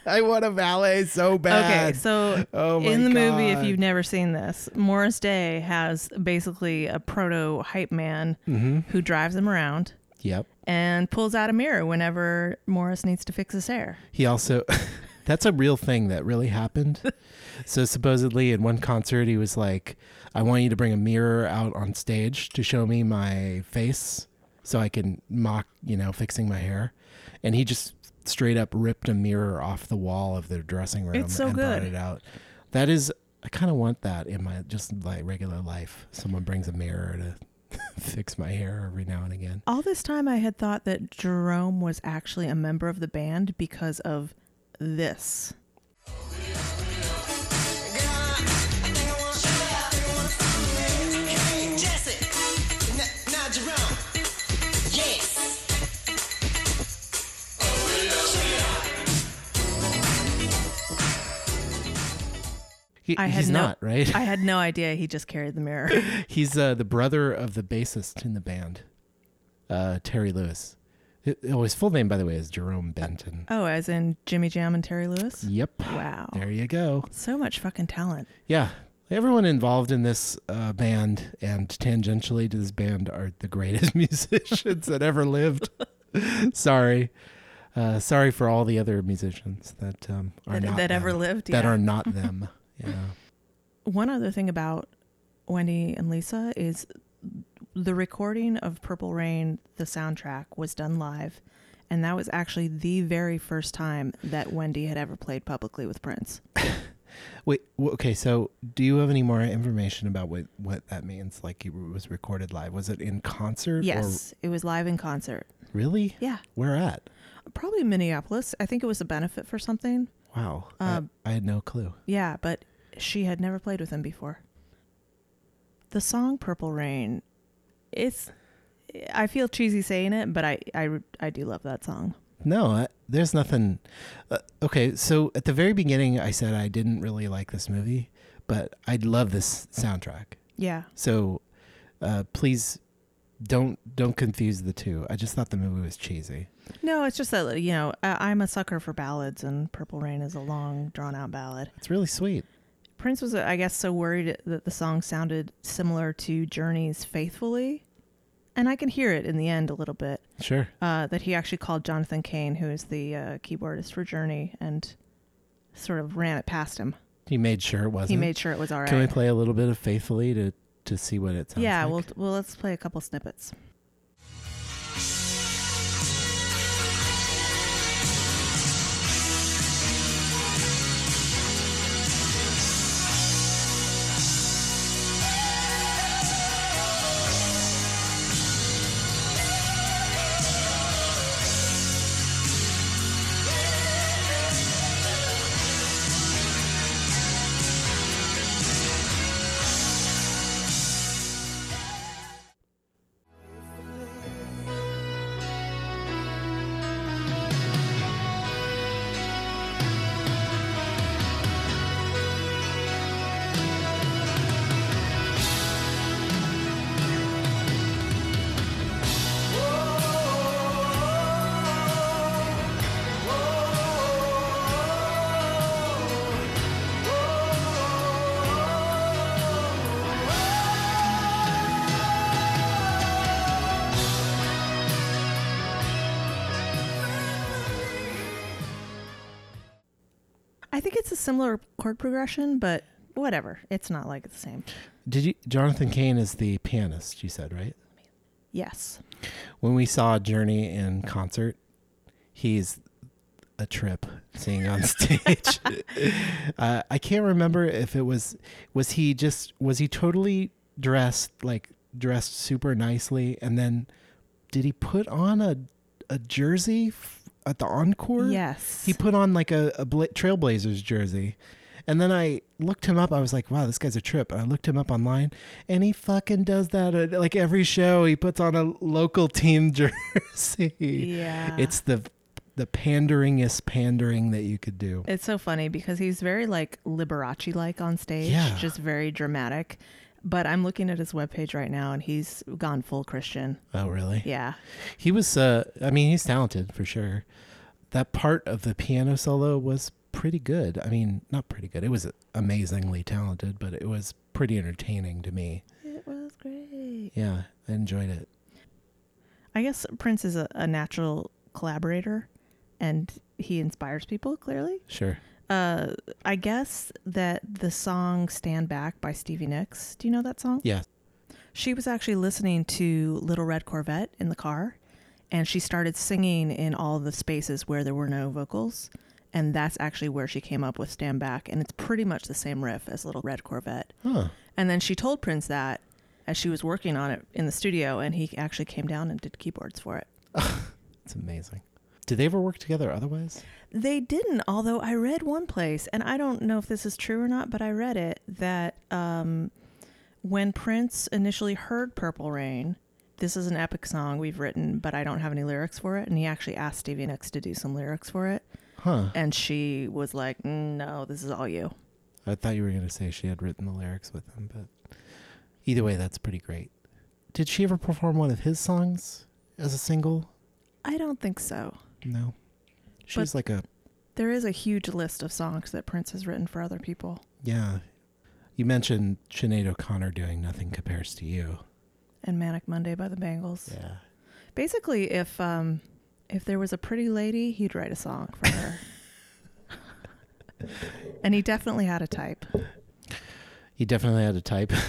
Speaker 2: I want a valet so bad.
Speaker 1: Okay. So
Speaker 2: oh my
Speaker 1: in the movie, if
Speaker 2: God.
Speaker 1: you've never seen this, Morris Day has basically a proto hype man who drives him around
Speaker 2: Mm-hmm. Yep.
Speaker 1: and pulls out a mirror whenever Morris needs to fix his hair.
Speaker 2: He also, <laughs> that's a real thing that
Speaker 1: <laughs>
Speaker 2: really happened. so supposedly, in one concert, he was like, "I want you to bring a mirror out on stage to show me my face, so I can mock, you know, fixing my hair." And he just straight up ripped a mirror off the wall of their dressing room
Speaker 1: It's so
Speaker 2: and brought
Speaker 1: good.
Speaker 2: it out. That is, I kind of want that in my just like regular life. Someone brings a mirror to <laughs> fix my hair every now and again.
Speaker 1: All this time, I had thought that Jerome was actually a member of the band because of this.
Speaker 3: Jesse. Now, now Jerome. Yes.
Speaker 2: He,
Speaker 1: I had
Speaker 2: he's
Speaker 1: no-
Speaker 2: not right.
Speaker 1: I had no idea he just carried the <laughs> mirror.
Speaker 2: He's uh, the brother of the bassist in the band, uh, Terry Lewis. It- oh, his full name, by the way, is Jerome Benton.
Speaker 1: Oh, as in Jimmy Jam and Terry Lewis?
Speaker 2: Yep.
Speaker 1: Wow.
Speaker 2: There you go.
Speaker 1: So much fucking talent.
Speaker 2: Yeah. Everyone involved in this uh, band and tangentially to this band are the greatest <laughs> musicians that ever lived. <laughs> sorry. Uh, sorry for all the other musicians that um, are
Speaker 1: That-
Speaker 2: not
Speaker 1: that ever
Speaker 2: them,
Speaker 1: lived,
Speaker 2: That
Speaker 1: yeah.
Speaker 2: are
Speaker 1: <laughs>
Speaker 2: not them. yeah.
Speaker 1: One other thing about Wendy and Lisa is the recording of Purple Rain, the soundtrack, was done live. And that was actually the very first time that Wendy had ever played publicly with Prince.
Speaker 2: Wait. w- Okay. So, do you have any more information about what what that means? Like, it was recorded live. Was it in concert?
Speaker 1: Yes, it was live in concert.
Speaker 2: Or, really?
Speaker 1: Yeah.
Speaker 2: Where at?
Speaker 1: Probably Minneapolis. I think it was a benefit for something.
Speaker 2: Wow. I-
Speaker 1: Um,
Speaker 2: I, had no clue.
Speaker 1: Yeah, but she had never played with him before. The song Purple Rain, it's I feel cheesy saying it, but I I I do love that song.
Speaker 2: No. I, there's nothing. Uh, okay. So at the very beginning, I said I didn't really like this movie, but I love this soundtrack.
Speaker 1: Yeah.
Speaker 2: So, uh, please don't don't confuse the two. I just thought the movie was cheesy.
Speaker 1: No, it's just that you know, I, I'm a sucker for ballads and Purple Rain is a long drawn out ballad.
Speaker 2: It's really sweet.
Speaker 1: Prince was I guess so worried that the song sounded similar to Journey's Faithfully. And I can hear it in the end a little bit.
Speaker 2: Sure.
Speaker 1: uh, that he actually called Jonathan Kane, who is the uh, keyboardist for Journey, and sort of ran it past him.
Speaker 2: He made sure it wasn't.
Speaker 1: He made sure it was all right.
Speaker 2: Can we play a little bit of Faithfully to to see what it sounds
Speaker 1: yeah,
Speaker 2: like?
Speaker 1: well, well, let's play a couple snippets. I think it's a similar chord progression, but whatever. It's not like the same.
Speaker 2: Did you Jonathan Kane is the pianist, you said, right?
Speaker 1: Yes.
Speaker 2: When we saw Journey in concert, he's a trip seeing on <laughs> stage. uh, I can't remember if it was was he just was he totally dressed like dressed super nicely, and then did he put on a a jersey f- at the encore?
Speaker 1: Yes.
Speaker 2: He put on like a, a bla- Trailblazers jersey. And then I looked him up. I was like, wow, this guy's a trip. And I looked him up online and he fucking does that at like every show. He puts on a local team <laughs> jersey.
Speaker 1: Yeah.
Speaker 2: It's the the panderingest pandering that you could do.
Speaker 1: It's so funny because he's very like Liberace like on stage,
Speaker 2: Yeah.
Speaker 1: just very dramatic. But I'm looking at his webpage right now and he's gone full Christian.
Speaker 2: Oh, really?
Speaker 1: Yeah.
Speaker 2: He was uh I mean, he's talented for sure. That part of the piano solo was pretty good. I mean, not pretty good. It was amazingly talented, but it was pretty entertaining to me.
Speaker 1: It was great.
Speaker 2: Yeah, I enjoyed it.
Speaker 1: I guess Prince is a, a natural collaborator and he inspires people, clearly.
Speaker 2: Sure.
Speaker 1: Uh, I guess that the song Stand Back by Stevie Nicks, do you know that song?
Speaker 2: Yeah.
Speaker 1: She was actually listening to Little Red Corvette in the car, and she started singing in all the spaces where there were no vocals. And that's actually where she came up with Stand Back. And it's pretty much the same riff as Little Red Corvette.
Speaker 2: Huh.
Speaker 1: And then she told Prince that as she was working on it in the studio, and he actually came down and did keyboards for it.
Speaker 2: It's amazing. Did they ever work together otherwise?
Speaker 1: They didn't, although I read one place, and I don't know if this is true or not, but I read it that um, when Prince initially heard Purple Rain, this is an epic song we've written, but I don't have any lyrics for it. And he actually asked Stevie Nicks to do some lyrics for it.
Speaker 2: Huh.
Speaker 1: And she was like, "Mm, no, this is all you.
Speaker 2: I thought you were going to say she had written the lyrics with him, but either way, that's pretty great. Did she ever perform one of his songs as a single?
Speaker 1: I don't think so.
Speaker 2: No. She
Speaker 1: But-
Speaker 2: was like a,
Speaker 1: There is a huge list of songs that Prince has written for other people.
Speaker 2: yeah. You mentioned Sinead O'Connor doing Nothing Compares to You.
Speaker 1: And Manic Monday by the Bangles.
Speaker 2: Yeah.
Speaker 1: Basically, if um, if there was a pretty lady, he'd write a song for
Speaker 2: <laughs>
Speaker 1: her. and he definitely had a type.
Speaker 2: He definitely had a type. <laughs>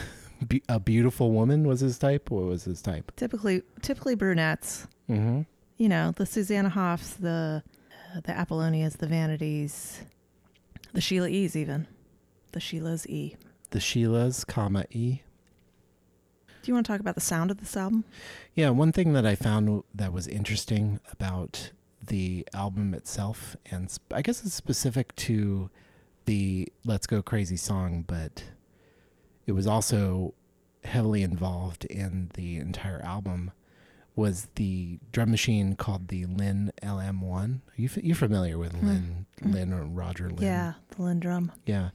Speaker 2: Be- a beautiful woman was his type. What was his type?
Speaker 1: Typically, typically brunettes.
Speaker 2: Mm hmm.
Speaker 1: You know, the Susanna Hoffs, the uh, the Apollonias, the Vanities, the Sheila E's, even the Sheila's E.
Speaker 2: The Sheilas, comma, E.
Speaker 1: Do you want to talk about the sound of this album?
Speaker 2: Yeah, one thing that I found that was interesting about the album itself, and sp- I guess it's specific to the Let's Go Crazy song, but it was also heavily involved in the entire album, was the drum machine called the Lin LM1. Are you, f- you're familiar with Lin, Lin or Roger Lin?
Speaker 1: Yeah, the
Speaker 2: <laughs>
Speaker 1: Lindrum.
Speaker 2: Yeah.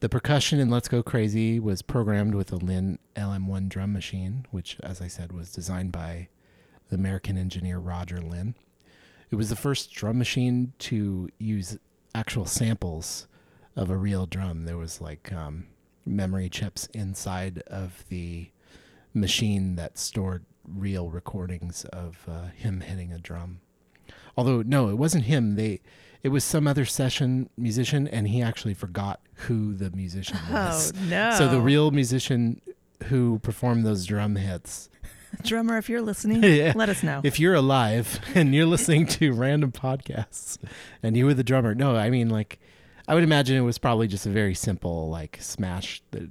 Speaker 2: The percussion in Let's Go Crazy was programmed with a Lin LM1 drum machine, which, as I said, was designed by the American engineer Roger Lin. It was the first drum machine to use actual samples of a real drum. There was like um, memory chips inside of the machine that stored real recordings of uh, him hitting a drum. Although no, it wasn't him. They it was some other session musician, and he actually forgot who the musician was.
Speaker 1: Oh, no!
Speaker 2: So the real musician who performed those drum hits. <laughs>
Speaker 1: drummer, if you're listening,
Speaker 2: Yeah.
Speaker 1: let us know.
Speaker 2: If you're alive <laughs> and you're listening to random podcasts and you were the drummer, no, I mean like I would imagine it was probably just a very simple like smash the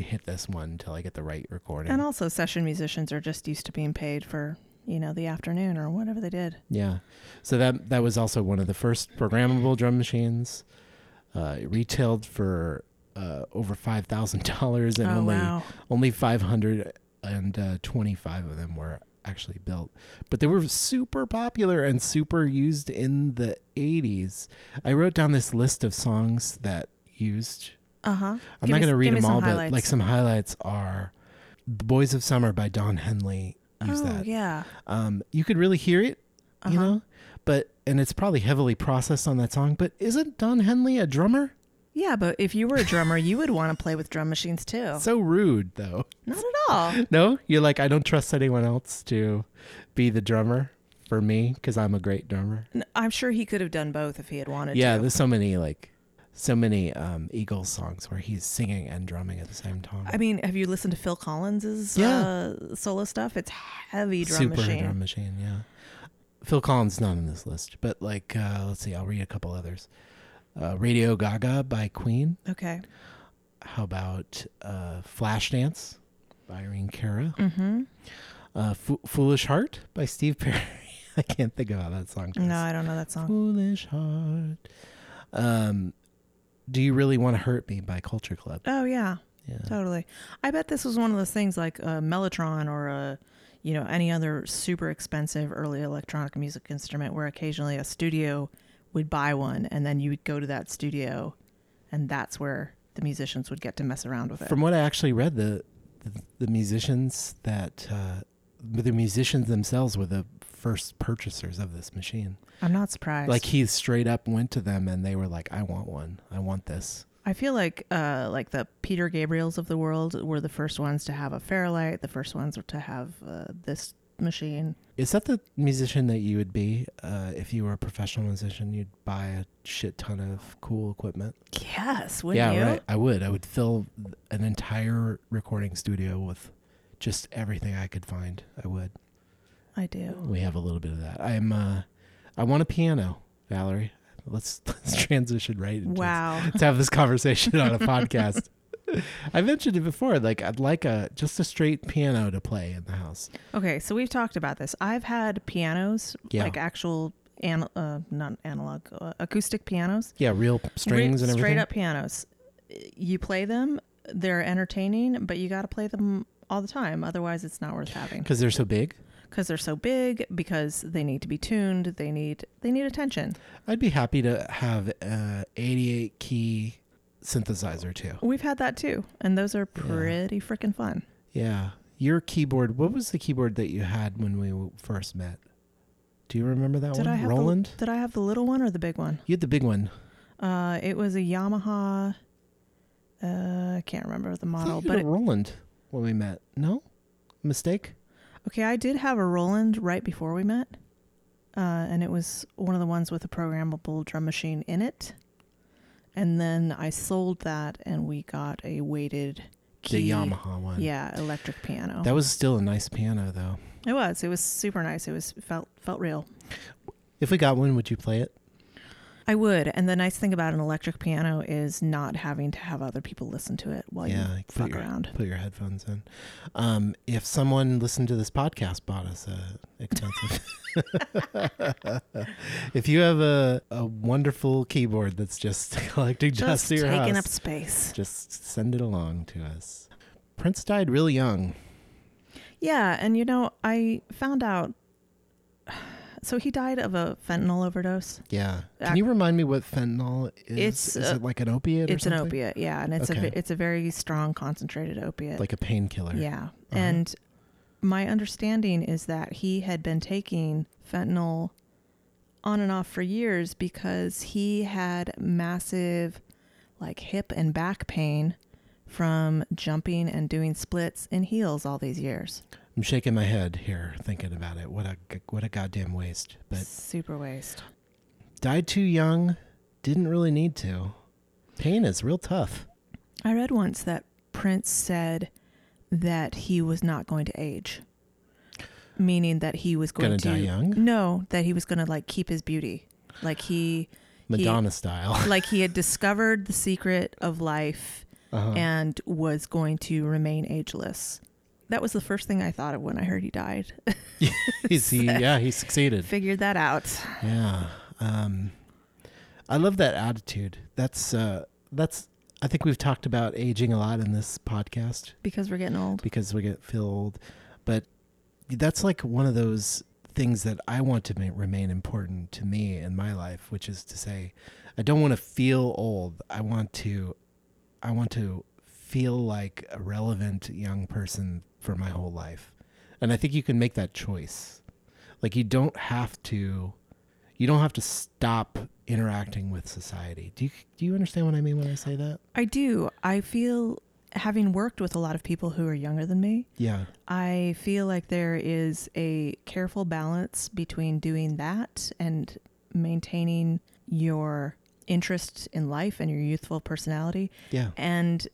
Speaker 2: hit this one until I get the right recording.
Speaker 1: and also, session musicians are just used to being paid for you know the afternoon or whatever they did.
Speaker 2: Yeah. So that that was also one of the first programmable drum machines. Uh, it retailed for uh, over five thousand dollars, and
Speaker 1: Oh,
Speaker 2: only
Speaker 1: wow.
Speaker 2: only five hundred and twenty-five of them were actually built. But they were super popular and super used in the '80s. I wrote down this list of songs that used
Speaker 1: Uh huh.
Speaker 2: I'm not going to read them all, but like some highlights are "The Boys of Summer" by Don Henley. Use
Speaker 1: oh,
Speaker 2: that.
Speaker 1: yeah.
Speaker 2: Um, you could really hear it, you
Speaker 1: Uh-huh.
Speaker 2: know, but and it's probably heavily processed on that song. But isn't Don Henley a drummer?
Speaker 1: Yeah, but if you were a drummer, you would want to play with drum machines too.
Speaker 2: <laughs> So rude, though.
Speaker 1: Not at all.
Speaker 2: No, you're like I don't trust anyone else to be the drummer for me because I'm a great drummer.
Speaker 1: N- I'm sure he could have done both if he had wanted
Speaker 2: Yeah,
Speaker 1: to.
Speaker 2: there's so many like so many um, Eagles songs where he's singing and drumming at the same time.
Speaker 1: I mean, have you listened to Phil Collins's
Speaker 2: Yeah.
Speaker 1: uh, solo stuff? It's heavy drum
Speaker 2: Super
Speaker 1: machine.
Speaker 2: drum machine, yeah. Phil Collins not on this list, but like uh, let's see, I'll read a couple others. Uh, Radio Gaga by Queen.
Speaker 1: Okay.
Speaker 2: How about uh, Flashdance? by Irene Cara.
Speaker 1: Mm. Mm-hmm.
Speaker 2: Uh, Fo- Foolish Heart by Steve Perry. <laughs> I can't think about that song. Chris.
Speaker 1: No, I don't know that song.
Speaker 2: Foolish Heart. Um, Do You Really Want to Hurt Me by Culture Club.
Speaker 1: Oh yeah,
Speaker 2: Yeah.
Speaker 1: totally. I bet this was one of those things like a mellotron or a, you know, any other super expensive early electronic music instrument where occasionally a studio would buy one and then you would go to that studio, and that's where the musicians would get to mess around with it.
Speaker 2: From what I actually read, the the, the musicians that uh, the musicians themselves were the first purchasers of this machine.
Speaker 1: I'm not surprised.
Speaker 2: Like he straight up went to them and they were like, "I want one. I want this."
Speaker 1: I feel like uh, like the Peter Gabriels of the world were the first ones to have a Fairlight, the first ones to have uh, this machine.
Speaker 2: Is that the musician that you would be uh, if you were a professional musician? You'd buy a shit ton of cool equipment.
Speaker 1: Yes, wouldn't
Speaker 2: yeah,
Speaker 1: you?
Speaker 2: right. I would. I would fill an entire recording studio with just everything I could find. I would.
Speaker 1: I do.
Speaker 2: We have a little bit of that. I'm. Uh, I want a piano, Valerie. Let's <laughs> let's transition right into
Speaker 1: Wow.
Speaker 2: to have this conversation on a podcast. <laughs> I mentioned it before. Like I'd like a just a straight piano to play in the house.
Speaker 1: Okay, so we've talked about this. I've had pianos,
Speaker 2: Yeah.
Speaker 1: like actual, an- uh, not analog, uh, acoustic pianos,
Speaker 2: Yeah, real strings
Speaker 1: Re-
Speaker 2: and everything.
Speaker 1: straight up pianos. You play them; they're entertaining, but you got to play them all the time. Otherwise, it's not worth having
Speaker 2: because they're so big.
Speaker 1: because they're so big. Because they need to be tuned. They need they need attention.
Speaker 2: I'd be happy to have a 88 key synthesizer too.
Speaker 1: We've had that too, and those are pretty freaking fun.
Speaker 2: Yeah, your keyboard. What was the keyboard that you had when we first met? Do you remember that
Speaker 1: Did
Speaker 2: one,
Speaker 1: I have
Speaker 2: Roland?
Speaker 1: The, did I have the little one or the big one?
Speaker 2: you had the big one.
Speaker 1: Uh, it was a Yamaha. Uh, I can't remember the
Speaker 2: I thought <laughs>
Speaker 1: model,
Speaker 2: you
Speaker 1: but
Speaker 2: had
Speaker 1: it,
Speaker 2: a Roland when we met. No mistake.
Speaker 1: okay, I did have a Roland right before we met, uh, and it was one of the ones with a programmable drum machine in it. And then I sold that, and we got a weighted
Speaker 2: The
Speaker 1: key-
Speaker 2: Yamaha one.
Speaker 1: Yeah, electric piano.
Speaker 2: That was still a nice piano though.
Speaker 1: it was. It was super nice. It was felt felt real.
Speaker 2: If we got one, would you play it?
Speaker 1: I would. And the nice thing about an electric piano is not having to have other people listen to it while you
Speaker 2: like,
Speaker 1: fuck
Speaker 2: put your,
Speaker 1: around.
Speaker 2: Put your headphones in. Um, if someone listened to this podcast, bought us a expensive. <laughs> if you have a, a wonderful keyboard that's <laughs> just <laughs> collecting
Speaker 1: Just
Speaker 2: dust to your
Speaker 1: taking
Speaker 2: house,
Speaker 1: up space.
Speaker 2: just send it along to us. Prince died really young.
Speaker 1: Yeah, and you know, I found out. So he died of a fentanyl overdose.
Speaker 2: Yeah. Can
Speaker 1: Ac-
Speaker 2: you remind me what fentanyl is?
Speaker 1: It's,
Speaker 2: is
Speaker 1: uh,
Speaker 2: it like an opiate?
Speaker 1: It's
Speaker 2: or
Speaker 1: an
Speaker 2: something?
Speaker 1: opiate, yeah, and it's a
Speaker 2: Okay.
Speaker 1: a it's a very strong concentrated opiate.
Speaker 2: Like a Uh-huh. painkiller.
Speaker 1: yeah, and my understanding is that he had been taking fentanyl on and off for years because he had massive like hip and back pain from jumping and doing splits in heels all these years.
Speaker 2: I'm shaking my head here thinking about it. What a g- what a goddamn waste. But
Speaker 1: Super waste.
Speaker 2: died too young, didn't really need to. Pain is real tough.
Speaker 1: I read once that Prince said that he was not going to age, meaning that he was going
Speaker 2: Gonna
Speaker 1: to
Speaker 2: die young?
Speaker 1: No, that he was going to like keep his beauty, like he he-
Speaker 2: Madonna style.
Speaker 1: like he had discovered the secret of life and was going to remain ageless. That was the first thing I thought of when I heard he died.
Speaker 2: <laughs> He's- he- yeah, he succeeded.
Speaker 1: Figured that out.
Speaker 2: Yeah. Um, I love that attitude. That's uh, that's. I think we've talked about aging a lot in this podcast
Speaker 1: Because we're getting old.
Speaker 2: because we get feel old, but that's like one of those things that I want to ma- remain important to me in my life, which is to say, I don't want to feel old. I want to, I want to feel like a relevant young person for my whole life, and I think you can make that choice. Like you don't have to, you don't have to stop interacting with society. Do you do you understand what I mean when I say that?
Speaker 1: I do. I feel having worked with a lot of people who are younger than me,
Speaker 2: Yeah.
Speaker 1: I feel like there is a careful balance between doing that and maintaining your interest in life and your youthful personality.
Speaker 2: Yeah.
Speaker 1: And,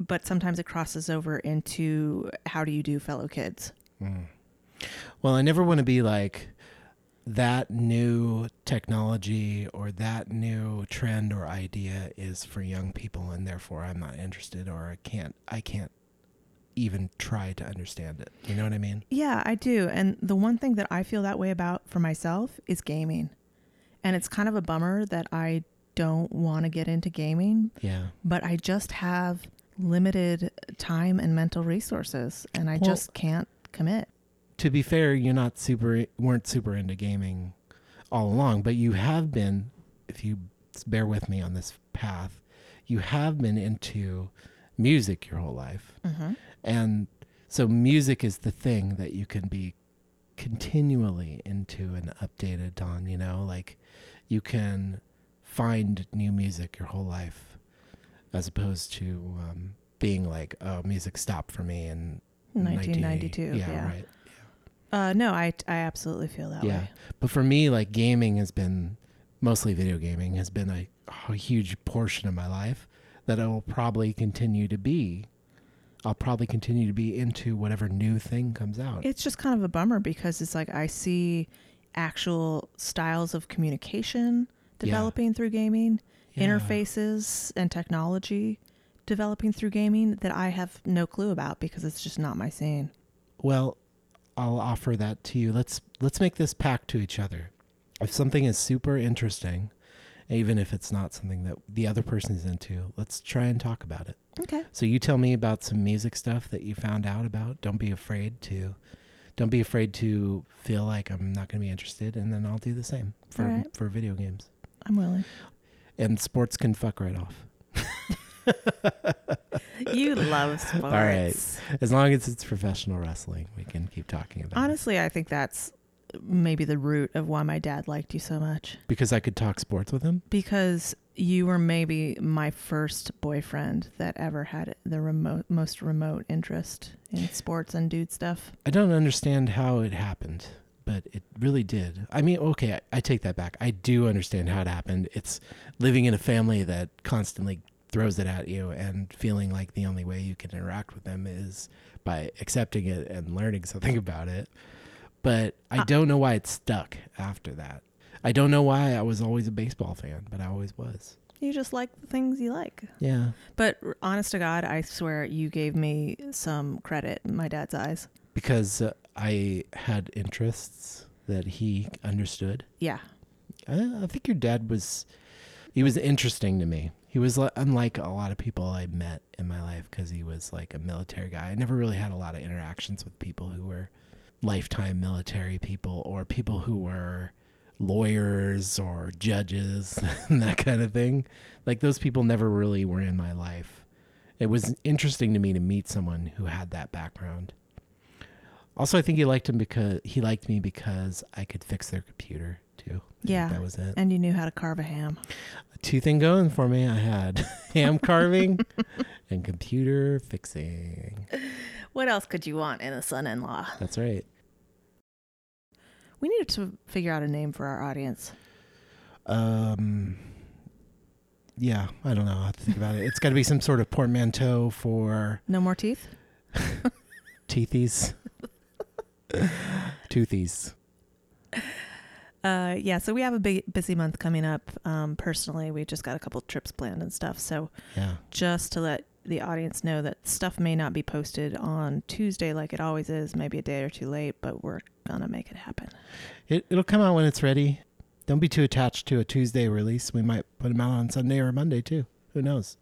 Speaker 1: but sometimes it crosses over into how do you do, fellow kids?
Speaker 2: Well, I never want to be like that new technology or that new trend or idea is for young people and therefore I'm not interested or I can't I can't even try to understand it. You know what I mean?
Speaker 1: Yeah, I do. And the one thing that I feel that way about for myself is gaming. And it's kind of a bummer that I don't want to get into gaming,
Speaker 2: Yeah.
Speaker 1: but I just have limited time and mental resources and I
Speaker 2: Well-
Speaker 1: just can't commit.
Speaker 2: To be fair, you're not super weren't super into gaming all along, but you have been if you bear with me on this path, you have been into music your whole life.
Speaker 1: Mm-hmm.
Speaker 2: And so music is the thing that you can be continually into and updated on, you know, like you can find new music your whole life as opposed to um, being like, oh, music stopped for me in
Speaker 1: 1992.
Speaker 2: 1980.
Speaker 1: Yeah.
Speaker 2: Yeah, right.
Speaker 1: Uh, no, I, I absolutely feel that
Speaker 2: yeah.
Speaker 1: way.
Speaker 2: But for me, like gaming has been mostly video gaming has been a, a huge portion of my life that I will probably continue to be. I'll probably continue to be into whatever new thing comes out.
Speaker 1: It's just kind of a bummer because it's like I see actual styles of communication
Speaker 2: Yeah.
Speaker 1: developing through gaming,
Speaker 2: Yeah.
Speaker 1: interfaces and technology developing through gaming that I have no clue about because it's just not my scene.
Speaker 2: Well, I'll offer that to you. Let's let's make this pact to each other. If something is super interesting, even if it's not something that the other person is into, let's try and talk about it.
Speaker 1: Okay.
Speaker 2: So you tell me about some music stuff that you found out about. Don't be afraid to don't be afraid to feel like I'm not going to be interested and then I'll do the same for
Speaker 1: All right.
Speaker 2: for video games.
Speaker 1: I'm willing.
Speaker 2: And sports can fuck right off.
Speaker 1: You
Speaker 2: <laughs>
Speaker 1: love sports.
Speaker 2: All right. As long as it's professional wrestling, we can keep talking about it.
Speaker 1: Honestly, I think that's maybe the root of why my dad liked you so much
Speaker 2: Because I could talk sports with him.
Speaker 1: because you were maybe my first boyfriend that ever had the remote most remote interest in sports and dude stuff.
Speaker 2: I don't understand how it happened, but it really did. I mean, okay, I, I take that back. I do understand how it happened. It's living in a family that constantly throws it at you and feeling like the only way you can interact with them is by accepting it and learning <laughs> something about it. But I
Speaker 1: Uh-
Speaker 2: don't know why it stuck after that. I don't know why I was always a baseball fan, but I always was.
Speaker 1: You just like the things you like.
Speaker 2: Yeah.
Speaker 1: But r- honest to God, I swear you gave me some credit in my dad's eyes.
Speaker 2: Because uh, I had interests that he understood.
Speaker 1: Yeah.
Speaker 2: I, I think your dad was he was interesting to me. He was li- unlike a lot of people I met in my life because he was like a military guy. I never really had a lot of interactions with people who were lifetime military people or people who were lawyers or judges <laughs> and that kind of thing. Like those people never really were in my life. It was interesting to me to meet someone who had that background. Also, I think he liked him because he liked me because I could fix their computer too. I think
Speaker 1: Yeah.
Speaker 2: that was it
Speaker 1: And you knew how to carve a ham.
Speaker 2: two thing going for me. I had <laughs> ham <laughs> carving and computer fixing.
Speaker 1: What else could you want in a son in law?
Speaker 2: That's right.
Speaker 1: We needed to figure out a name for our audience.
Speaker 2: Um, yeah, I don't know. I have to think about it. It's got to be some sort of portmanteau for
Speaker 1: No more teeth?
Speaker 2: <laughs> teethies, toothies.
Speaker 1: Uh, yeah, so we have a big, busy month coming up. Um, personally, we just got a couple trips planned and stuff. So
Speaker 2: Yeah,
Speaker 1: just to let the audience know that stuff may not be posted on Tuesday like it always is, maybe a day or two late, but we're going to make it happen.
Speaker 2: it it'll come out when it's ready. Don't be too attached to a Tuesday release. We might put them out on Sunday or Monday too. Who knows?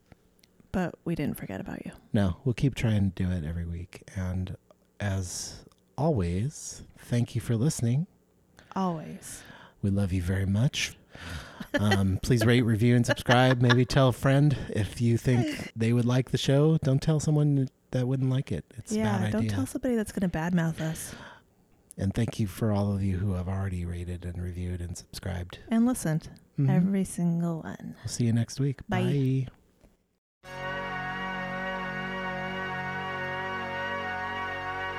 Speaker 1: But we didn't forget about you.
Speaker 2: No, we'll keep trying to do it every week. And as always, thank you for listening.
Speaker 1: Always.
Speaker 2: We love you very much. Um, please rate, review, and subscribe. Maybe tell a friend if you think they would like the show. Don't tell someone that wouldn't like it. It's a
Speaker 1: yeah,
Speaker 2: bad
Speaker 1: don't
Speaker 2: idea.
Speaker 1: tell somebody that's going to badmouth us.
Speaker 2: and thank you for all of you who have already rated and reviewed and subscribed.
Speaker 1: And listened,
Speaker 2: Mhm.
Speaker 1: every single one.
Speaker 2: we'll see you next week.
Speaker 1: Bye.
Speaker 2: Bye.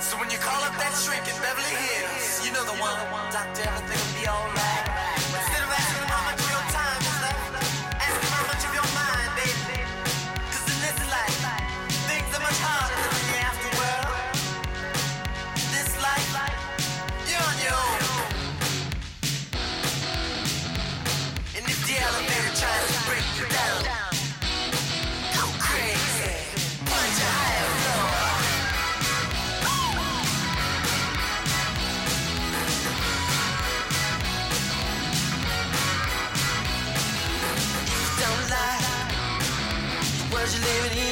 Speaker 3: So when you call up that shrink in Beverly Hills, you know the one. Doctor, everything will be alright. Instead of asking him how much of your time is left, ask him how much of your mind, baby. Cause in this life, things are much harder than the afterworld. This life, you're on your own. And if the elevator tries to break you down, go crazy. Punch a higher floor. Don't lie. The words you're living in.